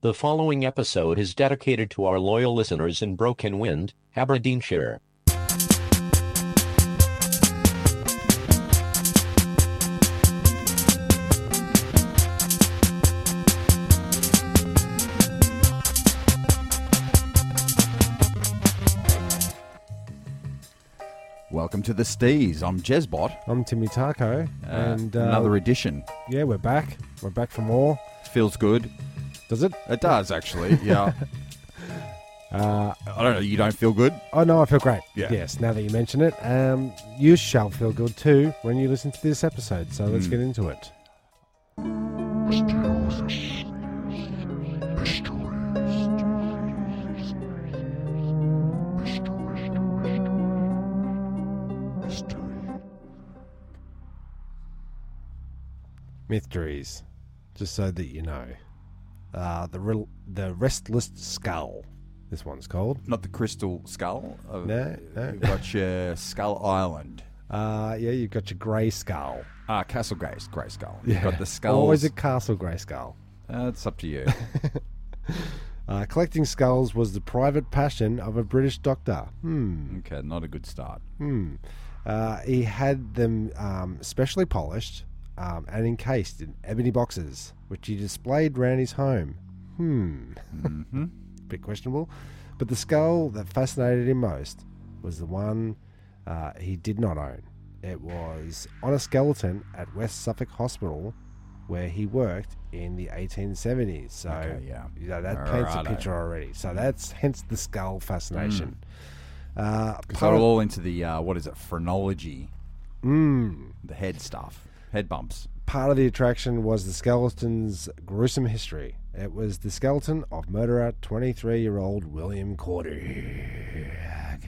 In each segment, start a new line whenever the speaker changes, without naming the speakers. The following episode is dedicated to our loyal listeners in Broken Wind, Aberdeenshire.
Welcome to the Stees. I'm Jezbot.
I'm Timmy Tarko, and uh,
another edition.
yeah, we're back. We're back for more.
Feels good.
Does it?
It does actually. Yeah.
Uh,
I don't know. You don't feel good.
oh no, I feel great.
Yeah.
Yes, now that you mention it, um, you shall feel good too when you listen to this episode. So
Hmm.
let's get into it. Mysteries, just so that you know, uh, the rel- the restless skull. This one's called.
Not the crystal skull. Uh,
No, no.
You've got your Skull Island.
Uh, yeah, you've got your grey skull.
Ah, Castle Grey, Grey Skull. You've got the skulls.
Always a castle grey skull.
Uh, it's up to you.
Uh, collecting skulls was the private passion of a British doctor. Hmm.
okay, not a good start.
Hmm. Uh, he had them um, specially polished um, and encased in ebony boxes, which he displayed round his home. Hmm.
Mm-hmm.
Bit questionable. But the skull that fascinated him most was the one uh, he did not own. It was on a skeleton at West Suffolk Hospital, where he worked in the 1870s. So
Okay, yeah.
you know, that paints a
Righto.
picture already. So that's hence the skull fascination. Uh,
Because
part
they're
of-
Hmm. all into the uh, what is it? Phrenology,
Mm.
the head stuff, head bumps.
part of the attraction was the skeleton's gruesome history. It was the skeleton of murderer 23 year old William Corder,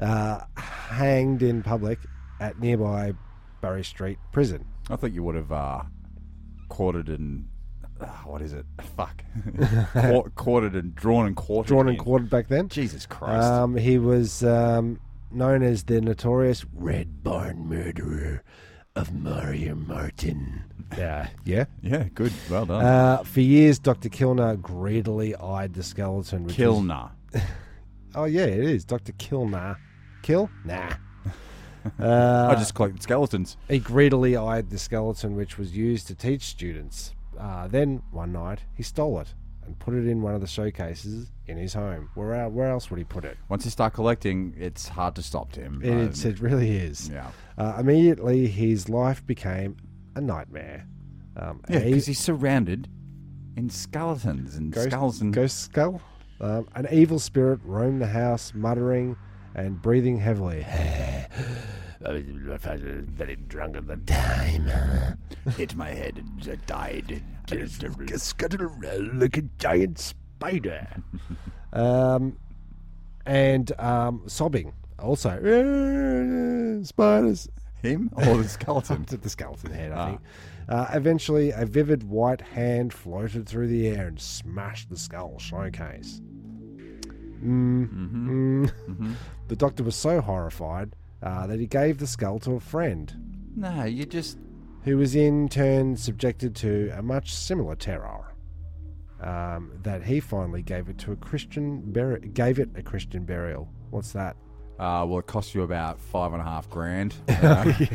uh, hanged in public at nearby Bury Street Prison.
I thought you would have uh, quartered and uh, what is it? Fuck, Quar- quartered and drawn and quartered.
Drawn and
in.
quartered back then.
Jesus Christ.
Um, he was um, known as the notorious Red Barn murderer of Maria Martin. Yeah. Yeah.
yeah, good. Well done.
Uh, for years, Dr. Kilner greedily eyed the skeleton. Which was-
Kilner.
Oh yeah, it is Doctor Kill Nah, Kill Nah. uh,
I just collected skeletons.
he greedily eyed the skeleton, which was used to teach students. Uh, then one night he stole it and put it in one of the showcases in his home. Where el- where else would he put it?
Once you start collecting, it's hard to stop Tim.
It, it's-
Um,
it really is.
yeah,
Uh, immediately, his life became a nightmare. Um,
yeah,
he-
because he's surrounded in skeletons and
Ghost-
skulls and
Ghost skull. Um, an evil spirit roamed the house, muttering and breathing heavily.
I was very drunk at the time. Hit my head and I died. Just scuttled around like a giant spider.
um, and um, sobbing also spiders
him or the skeleton.
to the skeleton head i think uh, eventually a vivid white hand floated through the air and smashed the skull showcase Mm, mm. the doctor was so horrified uh, that he gave the skull to a friend
no, you just
who was in turn subjected to a much similar terror. Um, that he finally gave it to a Christian bur- gave it a Christian burial. What's that?
uh, well, it costs you about five and a half grand. Uh, you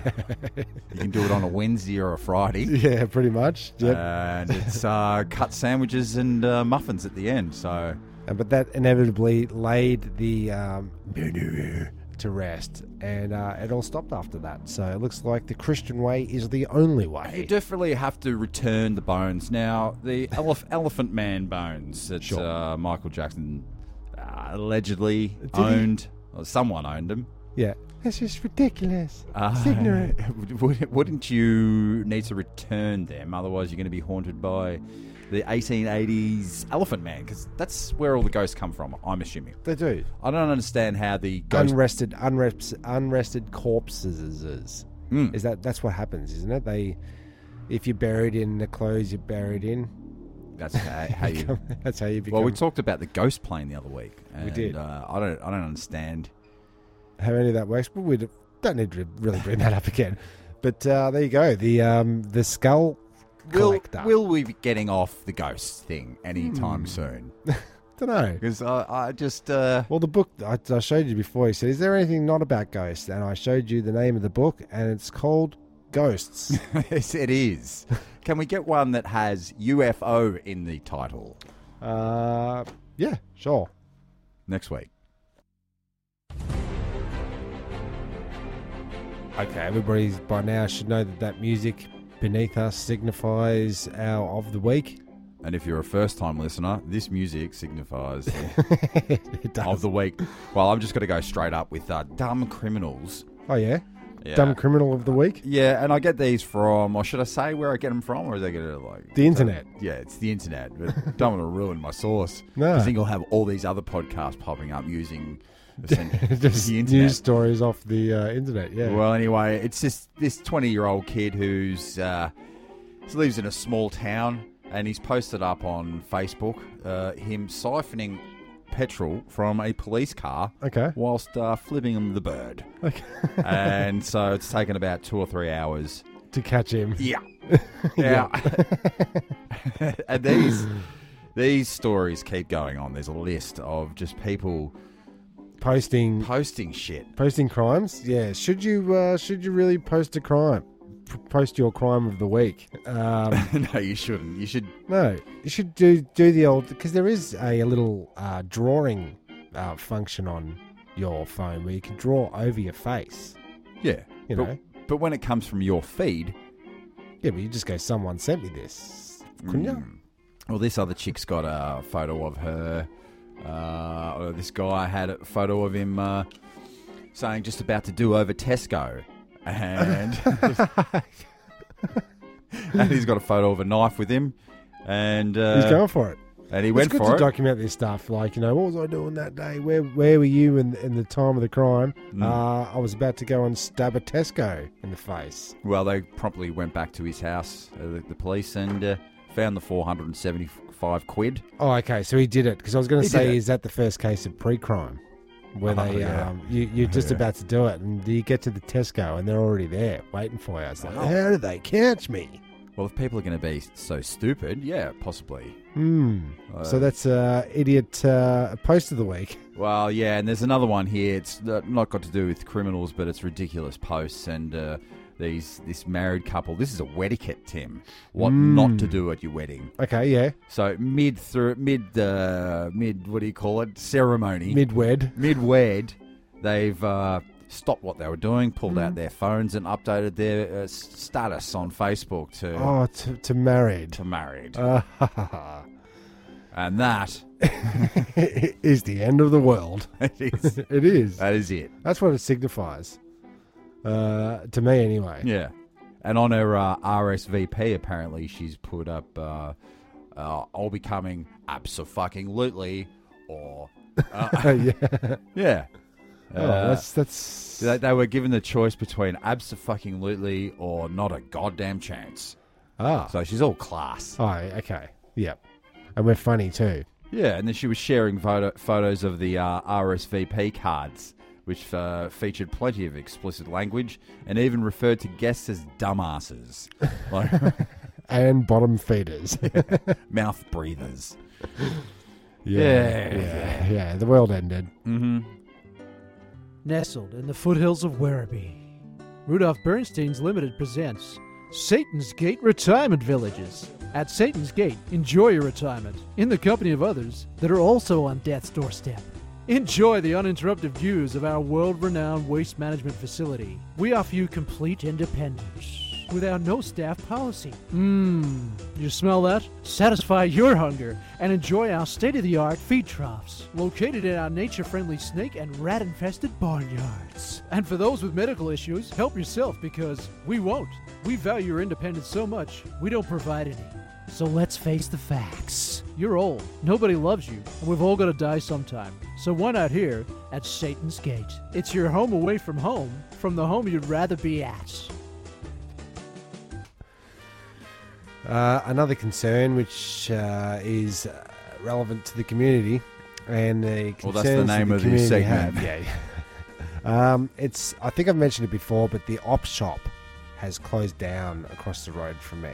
can do it on a Wednesday or a Friday,
Yeah, pretty much. Yep.
and it's uh, cut sandwiches and uh, muffins at the end. So
Uh, but that inevitably laid the um, murderer to rest, and uh, it all stopped after that. So it looks like the Christian way is the only
You
way.
definitely have to return the bones. Now, the elef- Elephant Man bones that uh, Michael Jackson uh, allegedly owned, or someone owned them.
Yeah, Ah. that's just ridiculous.
Uh,
It's ignorant.
would- Wouldn't you need to return them? Otherwise, you're going to be haunted by the 1880s Elephant Man, because that's where all the ghosts come from, I'm assuming.
They do
I don't understand how the ghost.
unrested, unreps, unrested corpses.
Mm.
Is that that's what happens, isn't it? They, if you're buried in the clothes you're buried in,
that's how, how you.
that's how you become.
Well, we talked about the ghost plane the other week. And,
did.
Uh, I don't. I don't understand.
how any of that works, but we don't need to really bring that up again. But uh, there you go. The um, the skull
Will,
collector.
will we be getting off the ghost thing anytime soon?
don't know.
Because I, I just. Uh,
Well, the book I, I showed you before, you said, "Is there anything not about ghosts?" And I showed you the name of the book, and it's called Ghosts.
yes, it is. Can we get one that has UFO in the title
uh, yeah, sure.
next week?
Okay, everybody by now should know that that music beneath us signifies our of the week.
And if you're a first time listener, this music signifies
it does.
of the week. Well, I'm just going to go straight up with uh, Dumb Criminals.
oh yeah?
Yeah.
dumb criminal of the week.
Yeah, and I get these from, or should I say where I get them from, or is I get it like
The internet.
Yeah, it's the internet, but don't want to ruin my source.
No.
I think I'll have all these other podcasts popping up using essentially
Just
the internet.
news stories off the uh, internet. Yeah.
Well, anyway, it's just this 20 year old kid who's uh, he lives in a small town and he's posted up on Facebook uh, him siphoning petrol from a police car
okay.
whilst uh, flipping him the bird.
Okay.
and so it's taken about two or three hours.
to catch him.
Yeah. Yeah. and these these stories keep going on. There's a list of just people
Posting
posting shit.
posting crimes. Yeah. Should you uh, should you really post a crime? P- post your crime of the week. Um,
no, you shouldn't. You should
no, you should do do the old because there is a, little uh, drawing uh, function on your phone where you can draw over your face.
yeah.
You
but,
know.
but when it comes from your feed,
Yeah, but you just go. Someone sent me this. Couldn't you?
Mm. Well, this other chick's got a photo of her. Uh, or this guy had a photo of him uh, saying just about to do over Tesco, and and he's got a photo of a knife with him, and uh,
He's going for it.
and he
It's
went
good
for
to
it.
document this stuff. Like, you know, what was I doing that day? Where where were you in, in the time of the crime?
Hmm.
Uh, I was about to go and stab a Tesco in the face.
well, they promptly went back to his house, uh, the, the police, and uh, found the four hundred and seventy-five quid.
Oh, okay. So he did it because I was going
He
to
did
say,
it.
is that the first case of pre-crime where
Oh,
they
yeah.
um, you, you're just
Yeah.
about to do it and you get to the Tesco and they're already there waiting for you? It's like, how did they catch me?
Well, if people are going to be so stupid, yeah, possibly.
Hmm. so
Uh,
that's uh, idiot uh, post of the week.
Well, yeah, and there's another one here. It's not not got to do with criminals, but it's ridiculous posts and uh, these this married couple. This is a wetiquette, Tim. What not to do at your wedding.
Okay, yeah,
So mid through mid uh, mid what do you call it ceremony
midwed.
mid wed, they've uh, stopped what they were doing, pulled
Mm-hmm.
out their phones, and updated their uh, s- status on Facebook to
Oh, to, to married.
to married,
Uh,
and that
is the end of the world.
is
It is.
that is it.
That's what it signifies. Uh, to me, anyway.
Yeah. And on her uh, RSVP, apparently, she's put up, uh, uh, I'll be coming absolutely, or, uh,
yeah.
yeah.
Oh,
Uh,
that's that's.
they, they were given the choice between absolutely or not a goddamn chance.
ah.
So she's all class.
Oh, okay. Yep. And we're funny too.
Yeah, and then she was sharing photo- photos of the uh, RSVP cards, which uh, featured plenty of explicit language and even referred to guests as dumbasses, like
And bottom feeders. yeah.
mouth breathers.
Yeah.
Yeah.
yeah. The world ended.
Mm-hmm.
Nestled in the foothills of Werribee, Rudolph Bernstein's Limited presents Satan's Gate Retirement Villages. At Satan's Gate, enjoy your retirement in the company of others that are also on death's doorstep. Enjoy the uninterrupted views of our world renowned waste management facility. We offer you complete independence with our no staff policy. Mmm, you smell that? Satisfy your hunger and enjoy our state of the art feed troughs, located in our nature friendly snake and rat infested barnyards. And for those with medical issues, help yourself because we won't. We value your independence so much, we don't provide any. So let's face the facts. You're old, nobody loves you, and we've all got to die sometime. So why not here at Satan's Gate? It's your home away from home, from the home you'd rather be at.
Uh, another concern, which uh, is uh, relevant to the community, and the
Well, that's the
concerns that
name
the
of this
community
segment.
have- Yeah. um, it's. I think I've mentioned it before, but the op shop has closed down across the road from me,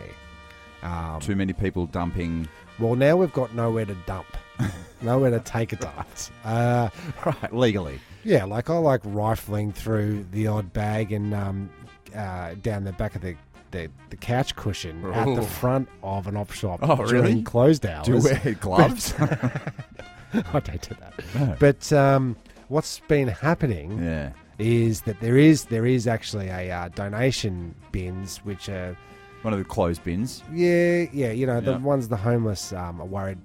Um,
Too many people dumping.
well, now we've got nowhere to dump, nowhere to take a dump. Uh,
Right, legally.
yeah, like I like rifling through the odd bag and um, uh, down the back of the, the, the couch cushion at
Ooh.
the front of an op shop
Oh,
during
really?
closed hours.
Do you wear gloves?
I don't do that.
No.
But um, what's been happening
yeah.
is that there is there is actually a uh, donation bins which are
One of the clothes bins.
yeah yeah you know the
Yeah.
ones the homeless um, are worried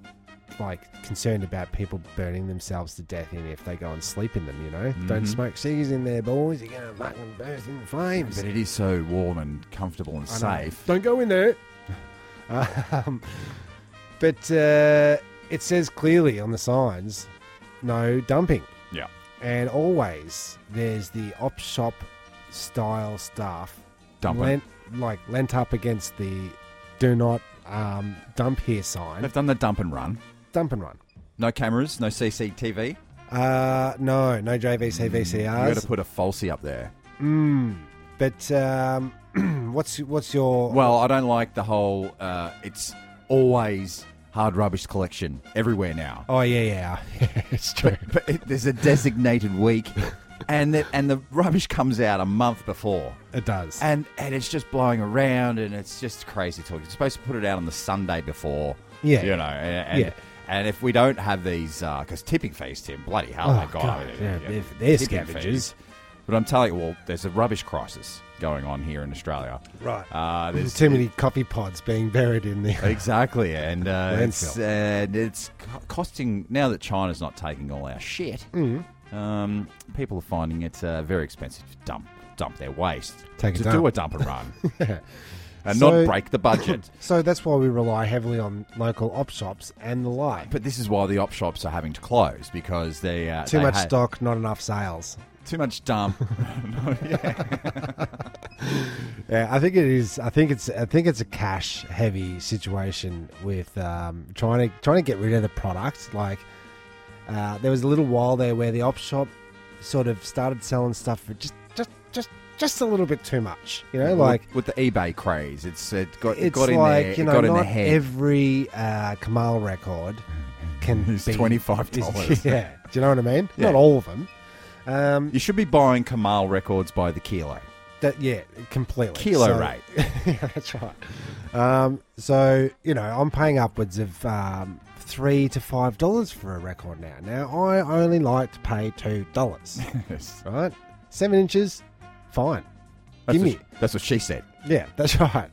like concerned about people burning themselves to death in if they go and sleep in them you know don't
Mhm.
smoke ciggies in there boys you're gonna fucking burst in flames
But it is so warm and comfortable and
I know.
safe.
Don't go in there. um, but uh, it says clearly on the signs, no dumping.
Yeah.
And always there's the op shop style stuff
Dumping.
lent, like lent up against the do not um, dump here sign.
They've done the dump and run.
dump and run.
No cameras, no CCTV.
Uh, no, no JVC
Mm, You got to
VCRs.
put a falsie up there.
Mm. But um, what's what's your
Well, I don't like the whole. Uh, it's always hard rubbish collection everywhere now.
Oh yeah, yeah, it's true.
But it, there's a designated week, and the, and the rubbish comes out a month before,
It does.
and and it's just blowing around, and it's just crazy talk. You're supposed to put it out on the Sunday before.
Yeah.
you know, and. and
Yeah.
And if we don't have these, because tipping fees, Tim, bloody hell,
Oh,
that guy,
God, yeah, they're- they're
tipping
scavengers.
fees. But I'm telling you, well, there's a rubbish crisis going on here in Australia.
Right.
Uh,
There's
there's
too many coffee pods being buried in there.
Exactly, and uh, it's,
Landfill.
and it's co- costing now that China's not taking all our shit.
Mm-hmm.
Um, people are finding it uh, very expensive to dump dump their waste,
Take a
to do
dump.
a dump and run, and
So-
not break the budget.
So that's why we rely heavily on local op shops and the like.
But this is why the op shops are having to close because they uh,
Too
they
much
had-
stock, not enough sales.
too much dump. No, yeah.
Yeah, I think it is. I think it's. I think it's a cash heavy situation with um, trying to trying to get rid of the product. Like uh, there was a little while there where the op shop sort of started selling stuff for just just just just a little bit too much. You know, like
with, with the eBay craze, it's it got it
it's
got in
like
there,
you
it
know,
got in
not
the head.
every uh, Kamal record can
It's
be
twenty five dollars.
is- yeah, do you know what I mean?
Yeah.
Not all of them. Um,
You should be buying Kamal records by the kilo,
that yeah, completely
kilo
So-
rate.
yeah, that's right. Um, so you know, I'm paying upwards of um, three to five dollars for a record now. Now I only like to pay two dollars.
Yes.
right, seven inches, fine.
That's
Give
what, That's what she said.
Yeah, that's right.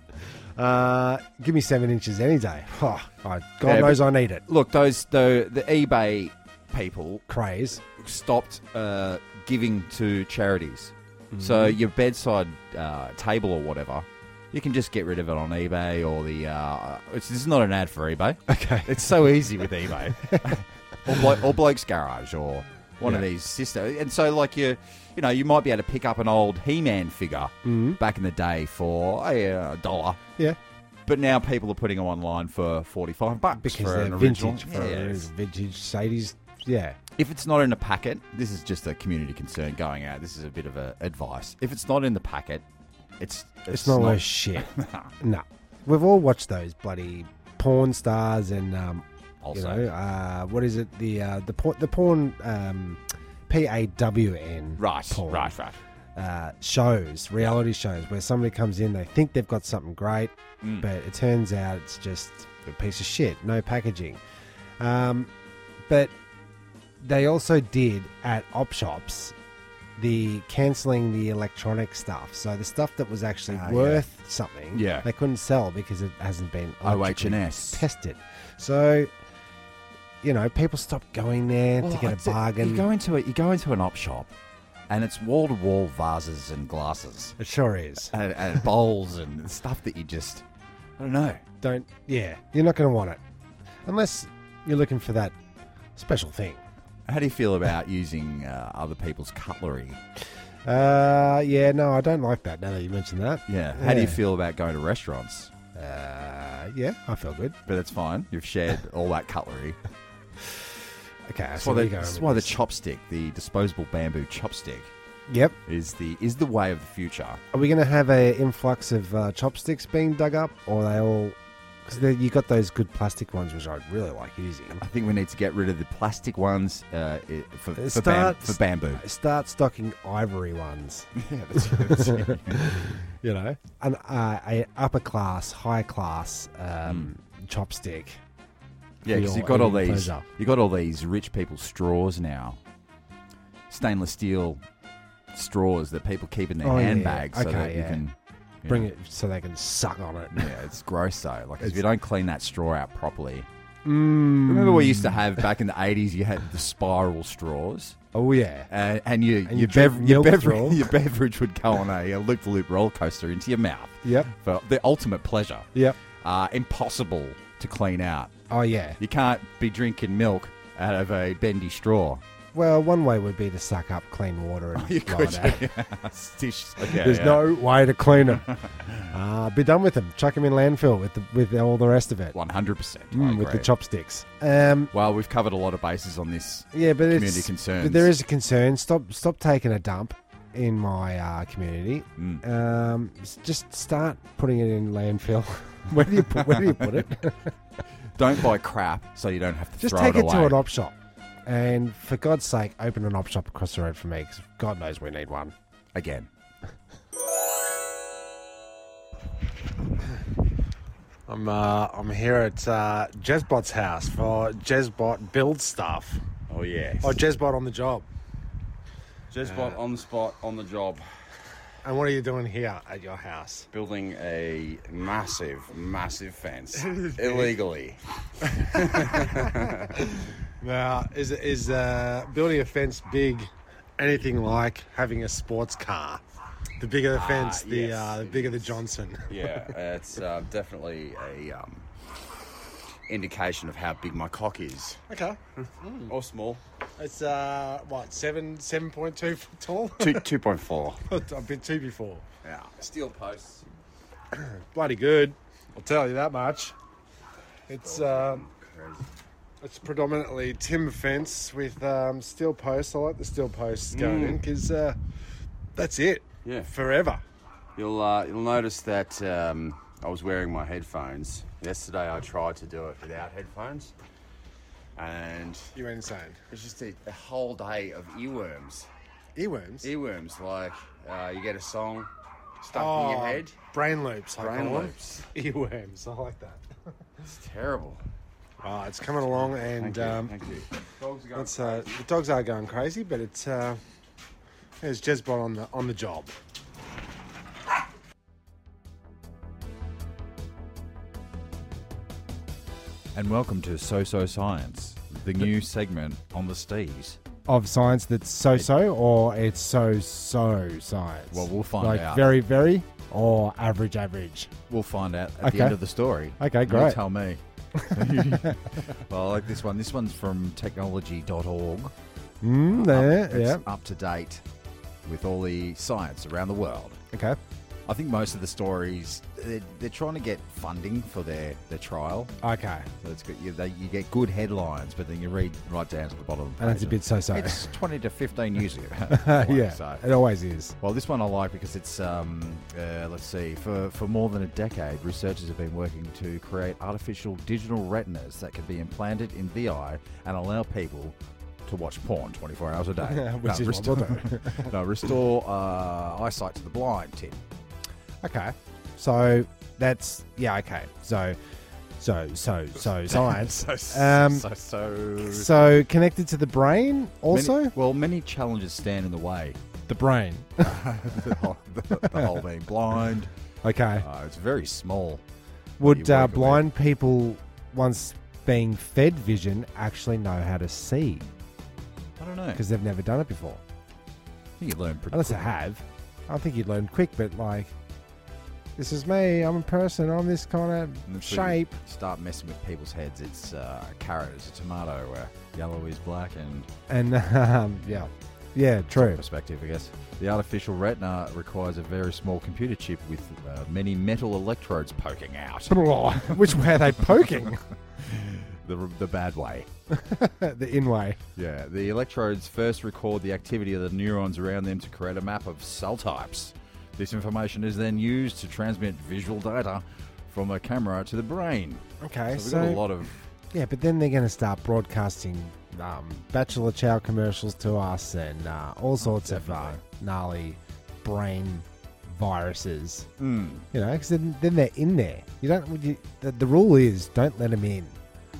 Uh, give me seven inches any day. Oh, I, God
Yeah,
knows I need it.
Look, those the the eBay people
Craze.
stopped uh, giving to charities. So
Mm-hmm.
your bedside uh, table or whatever, you can just get rid of it on eBay or the. Uh, it's, this is not an ad for eBay.
Okay.
It's so easy with eBay, or, blo- or Bloke's Garage, or one of
Yeah.
these sister. And so, like you, you know, you might be able to pick up an old He-Man figure
Mm-hmm.
back in the day for hey, a dollar.
Yeah.
But now people are putting them online for forty-five bucks
because
for
they're
an original.
vintage.
Yeah,
For
it's-
vintage Sadie's. Yeah,
if it's not in a packet, this is just a community concern going out. This is a bit of a advice. If it's not in the packet, it's it's,
it's, not worth shit. no, we've all watched those bloody porn stars and um, you
Also,
know uh, what is it the uh, the por- the porn um, P A W N
right,
porn,
right, right.
uh, shows reality shows where somebody comes in they think they've got something great
Hmm. Mm.
but it turns out it's just a piece of shit no packaging um, but they also did at op shops the cancelling the electronic stuff so the stuff that was actually
Ah, yeah.
worth something
Yeah. Oh,
they couldn't sell because it hasn't been electrically
OH&S.
tested so you know people stop going there to
Well,
get
it's
a bargain
You go into it. You go into an op shop, and it's wall to wall vases and glasses
it sure is
and, and bowls and stuff that you just I don't know.
don't yeah you're not going to want it unless you're looking for that special thing
How do you feel about using uh, other people's cutlery?
uh yeah no i don't like that now that you mentioned that
Yeah. How do you
Yeah.
feel about going to restaurants?
uh yeah i feel good
But it's fine. You've shared all that cutlery.
okay
That's
so
why, the,
you go
that's
with
why the
this.
chopstick, the disposable bamboo chopstick,
yep
is the is the way of the future.
are we going to have a influx of uh, chopsticks being dug up or are they all Because you got those good plastic ones, which I really like using.
I think we need to get rid of the plastic ones uh, i- for,
Uh,
for, bam-
start-
for bamboo.
Start stocking ivory ones.
yeah, that's good.
you know, an uh, a upper class, high class um,
Mm.
chopstick.
yeah, because
Feel
you got all
any
these,
pleasure.
you got all these rich people straws now, stainless steel straws that people keep in their
Oh, yeah, yeah.
handbags, so
Okay,
that you
yeah.
can you
Bring
know.
it so they can suck on it.
Yeah, it's gross though. Like if
It's-
you don't clean that straw out properly.
Mm.
Remember we used to have back in the eighties? You had the spiral straws,
Oh yeah.
uh, and you,
And you
your,
drink
bev- your,
milk
beverage,
straw.
your beverage would go on a, a loop-the-loop roller coaster into your mouth
Yep.
for the ultimate pleasure.
Yep.
Uh, impossible to clean out.
Oh yeah.
You can't be drinking milk out of a bendy straw.
Well, one way would be to suck up clean water and
You
blow
could-
it out.
yeah, Stitch. Yeah,
There's
yeah.
no way to clean them. uh, be done with them. Chuck them in landfill with the, with all the rest of it.
100%. I
Mm, with the
agree.
chopsticks. Um,
well, we've covered a lot of bases on this
yeah, but
community
it's
concerns.
but there is a concern. Stop stop taking a dump in my uh, community.
Mm.
Um, s- just start putting it in landfill. where do you put, where do you put it?
Don't buy crap so you don't have to
Just
throw
take it,
away.
to an op shop. And for God's sake, open an op shop across the road from me because God knows we need one.
again.
I'm uh, I'm here at uh, Jezbot's house for Jezbot build stuff.
Oh yeah.
Oh, Jezbot on the job.
Just spot on the spot on the job,
And what are you doing here at your house?
building a massive, massive fence illegally.
Now, is is uh, building a fence big? Anything like having a sports car? The bigger the fence, the
yes,
uh, the
it
bigger the
is.
Johnson.
Yeah, it's uh, definitely a um, indication of how big my cock is,
Okay,
or small.
it's uh, what seven seven point two foot tall.
Two two point four.
I've been two before.
Yeah. Steel posts.
Bloody good, I'll tell you that much. It's. Uh,
Oh, Crazy.
It's predominantly timber fence with um, steel posts. I like the steel posts going in because uh, that's it.
Mm. Yeah.
Forever.
You'll uh, you'll notice that um, I was wearing my headphones yesterday. I tried to do it without headphones, and
You went insane.
it's just a, a whole day of earworms.
Earworms.
Earworms, like uh, you get a song stuck
Oh,
in your head.
Brain loops. I
Brain
call them.
loops.
Earworms. I like that.
It's terrible.
Oh, it's coming along and um,
Ah, Thank you. Dogs are going
it's, uh, the dogs are going crazy, but it's uh, there's Jezbot on the on the job.
And welcome to So So Science, the new segment on the Stees.
Of science that's so so, or it's so so science.
Well, we'll find
like
out.
very very, or average average.
We'll find out at
Okay.
the end of the story.
Okay,
You'll
great.
tell me. well, I like this one. This one's from technology.org.
Mm, there,
Up- it's
yeah.
up to date with all the science around the world.
Okay.
I think most of the stories, they're, they're trying to get funding for their, their trial.
Okay.
So it's good. You, they, you get good headlines, but then you read right down to the bottom of the page.
And it's a bit so-so.
It's 20 to 15 years ago.
yeah.
So.
It always is.
Well, this one I like because it's, um, uh, let's see, for, for more than a decade, researchers have been working to create artificial digital retinas that can be implanted in the eye and allow people to watch porn 24 hours a day.
Which is what
restore,
we'll
no, restore uh, eyesight to the blind, Tim.
Okay. So that's yeah. Okay. So so so so science. Um,
so, so,
so connected to the brain also.
Many- well, many challenges stand in the way.
the brain.
the, whole, the, the whole being blind.
Okay.
Uh, it's very small.
Would
you
uh,
work with-
blind people once being fed vision actually know how to see
I don't know. Because
because they've never done it before?
you learn pretty
Unless they
quick.
have. I think you'd learn quick, but like, this is me. I'm a person. I'm this kind
And
of
that's when you
shape.
Start messing with people's heads. It's uh, a carrot, it's a tomato, where yellow is black, and
And um, yeah, yeah, true.
perspective, I guess. The artificial retina requires a very small computer chip with uh, many metal electrodes poking out.
Which way are they poking?
the, the bad way.
the in way.
Yeah, the electrodes first record the activity of the neurons around them to create a map of cell types. This information is then used to transmit visual data from the camera to the brain.
Okay,
So we've got a lot of
yeah, but then they're going to start broadcasting um, Bachelor Chow commercials to us and uh,
Oh,
all sorts of uh, gnarly brain viruses.
Hmm.
You know, because then, then they're in there. You don't. You, the, the rule is don't let them in.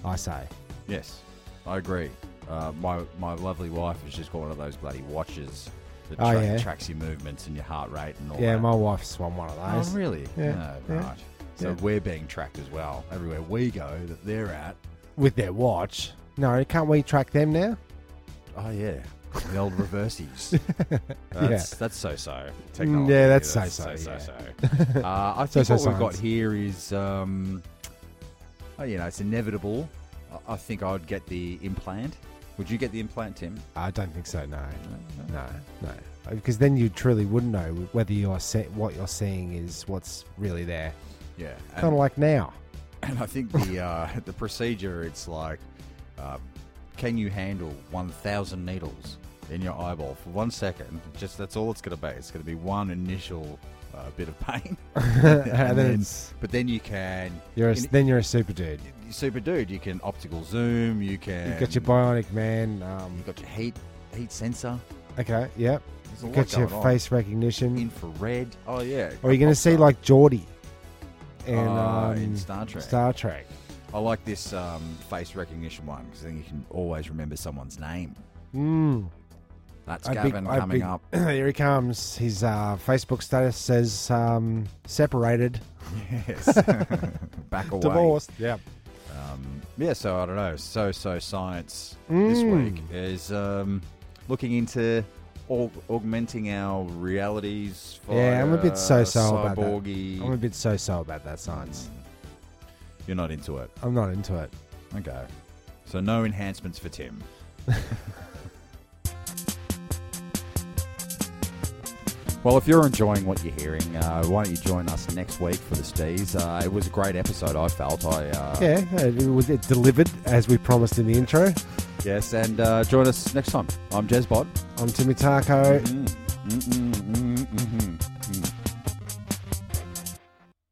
I say.
yes, I agree. Uh, my my lovely wife has just got one of those bloody watches that
Oh,
tra-
yeah.
tracks your movements and your heart rate and all
Yeah,
that.
my wife's won one of
Oh,
those.
really?
Yeah,
No,
yeah,
right. So
yeah.
we're being tracked as well. Everywhere we go that they're at.
With their watch. No, can't we track them now?
Oh yeah, the old reversies. that's that's so so technology.
Mm, yeah, that's so-so,
so. Uh, I think
So-so
what we've got
science.
here is, um, oh, you know, it's inevitable. I- I think I'd get the implant. Would you get the implant, Tim?
I don't think so. No, no, no. Because then you truly wouldn't know whether you're se- what you're seeing is what's really there.
Yeah, and,
Kind of like now.
and I think the uh, the procedure it's like, uh, can you handle one thousand needles in your eyeball for one second? Just that's all it's going to be. It's going to be one initial uh, bit of pain,
And then it's-
but then you can
You're a,
in-
then you're a super dude.
you super dude. You can optical zoom. You can.
You've got your bionic man. Um,
You've got your heat heat sensor.
okay, yep.
There's a
You've
lot
got your
going on.
face recognition.
infrared. Oh yeah.
or you're going to see like Geordie. And,
Ah,
um,
in Star Trek.
Star Trek.
I like this um, face recognition one because then you can always remember someone's name.
Mm.
That's
I
Gavin
big- I
coming
big-
up.
Here he comes. His uh, Facebook status says um, separated,
Yes. Back away.
divorced. Yeah.
Yeah. So I don't know. So so science this
Mm.
week is um, looking into. aug- Augmenting our realities.
Yeah, I'm a
via
bit so-so about that.
cyborgy-
I'm a bit so so about that science.
You're not into it.
I'm not into it.
Okay. So no enhancements for Tim. well, if you're enjoying what you're hearing, uh, why don't you join us next week for the Stees? Uh, it was a great episode, I felt. I uh,
Yeah, it was it delivered as we promised in the intro.
Yes, and uh, join us next time. I'm Jez Bod.
I'm Timmy Tarko.
Mm-mm.